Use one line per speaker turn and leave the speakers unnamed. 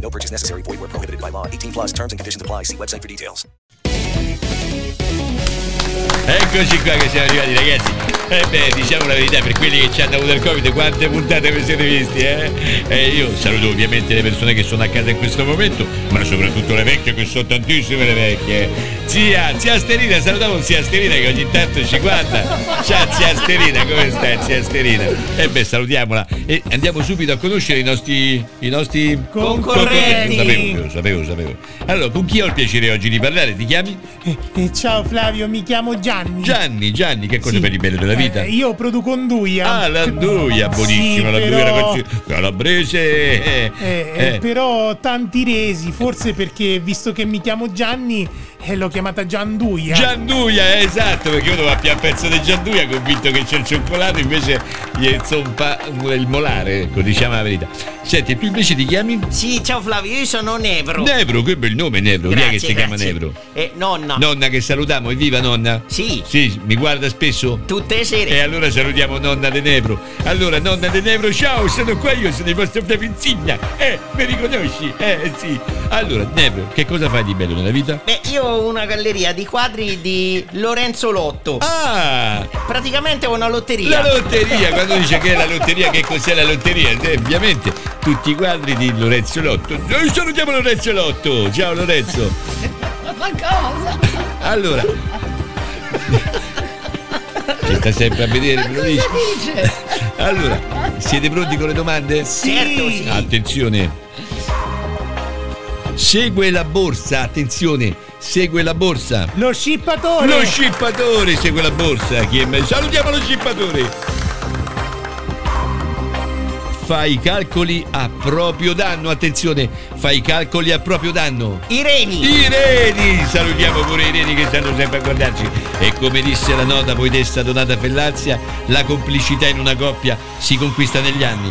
No purchase necessary. Void where prohibited by law. 18 plus terms and conditions apply. See website for details.
Eccoci qua che siamo arrivati ragazzi E beh diciamo la verità per quelli che ci hanno avuto il covid Quante puntate vi siete visti eh? E io saluto ovviamente le persone che sono a casa in questo momento Ma soprattutto le vecchie che sono tantissime le vecchie Zia, zia Asterina, salutiamo zia Asterina che ogni tanto ci guarda Ciao zia Asterina, come stai zia Asterina? E beh salutiamola E andiamo subito a conoscere i nostri, i nostri
Concorrenti.
Lo sapevo, lo sapevo, lo sapevo Allora con chi ho il piacere oggi di parlare? Ti chiami?
Eh, eh, ciao Flavio, mi chiamo Gianni.
Gianni, Gianni, che cosa
Sì.
per il bello della vita?
Eh, io produco Onduia.
Ah, la Duia, buonissima,
Sì,
la Duia
però-
ragazzi, calabrese. eh,
Eh, eh,
eh.
Però tanti resi, forse perché visto che mi chiamo Gianni, eh, l'ho chiamata Gianduia.
Gianduia, eh, esatto, perché uno va a più a pezzo di Gianduia, convinto che c'è il cioccolato, invece gli è zompa il molare, ecco, diciamo la verità. Senti, tu invece ti chiami?
Sì, ciao Flavio, io sono Nebro.
Nevro, che bel nome Nevro, chi è che si chiama Nevro?
Eh, nonna.
Nonna che salutiamo, evviva nonna!
Sì,
Sì, mi guarda spesso?
tutte le sere.
E allora salutiamo nonna De Nebro. Allora, nonna De Nebro, ciao, sono qua io, sono il vostro Flavio Insigna. Eh, mi riconosci? Eh, sì. Allora, Nebro, che cosa fai di bello nella vita?
Beh, io ho una galleria di quadri di Lorenzo Lotto.
Ah,
Praticamente è una lotteria.
la lotteria. Quando dice che è la lotteria, che cos'è la lotteria? Eh, ovviamente, tutti i quadri di Lorenzo Lotto. Noi salutiamo Lorenzo Lotto. Ciao, Lorenzo. Allora... Ci sta sempre a vedere, me lo dici? Allora, siete pronti con le domande?
Certo, sì.
Attenzione. Segue la borsa, attenzione, segue la borsa.
Lo scippatore.
Lo scippatore segue la borsa. Chi è me- Salutiamo lo scippatore. Fai i calcoli a proprio danno, attenzione, fai i calcoli a proprio danno.
I reni.
I reni, salutiamo pure i reni che stanno sempre a guardarci. E come disse la nota poetessa Donata Fellazia, la complicità in una coppia si conquista negli anni,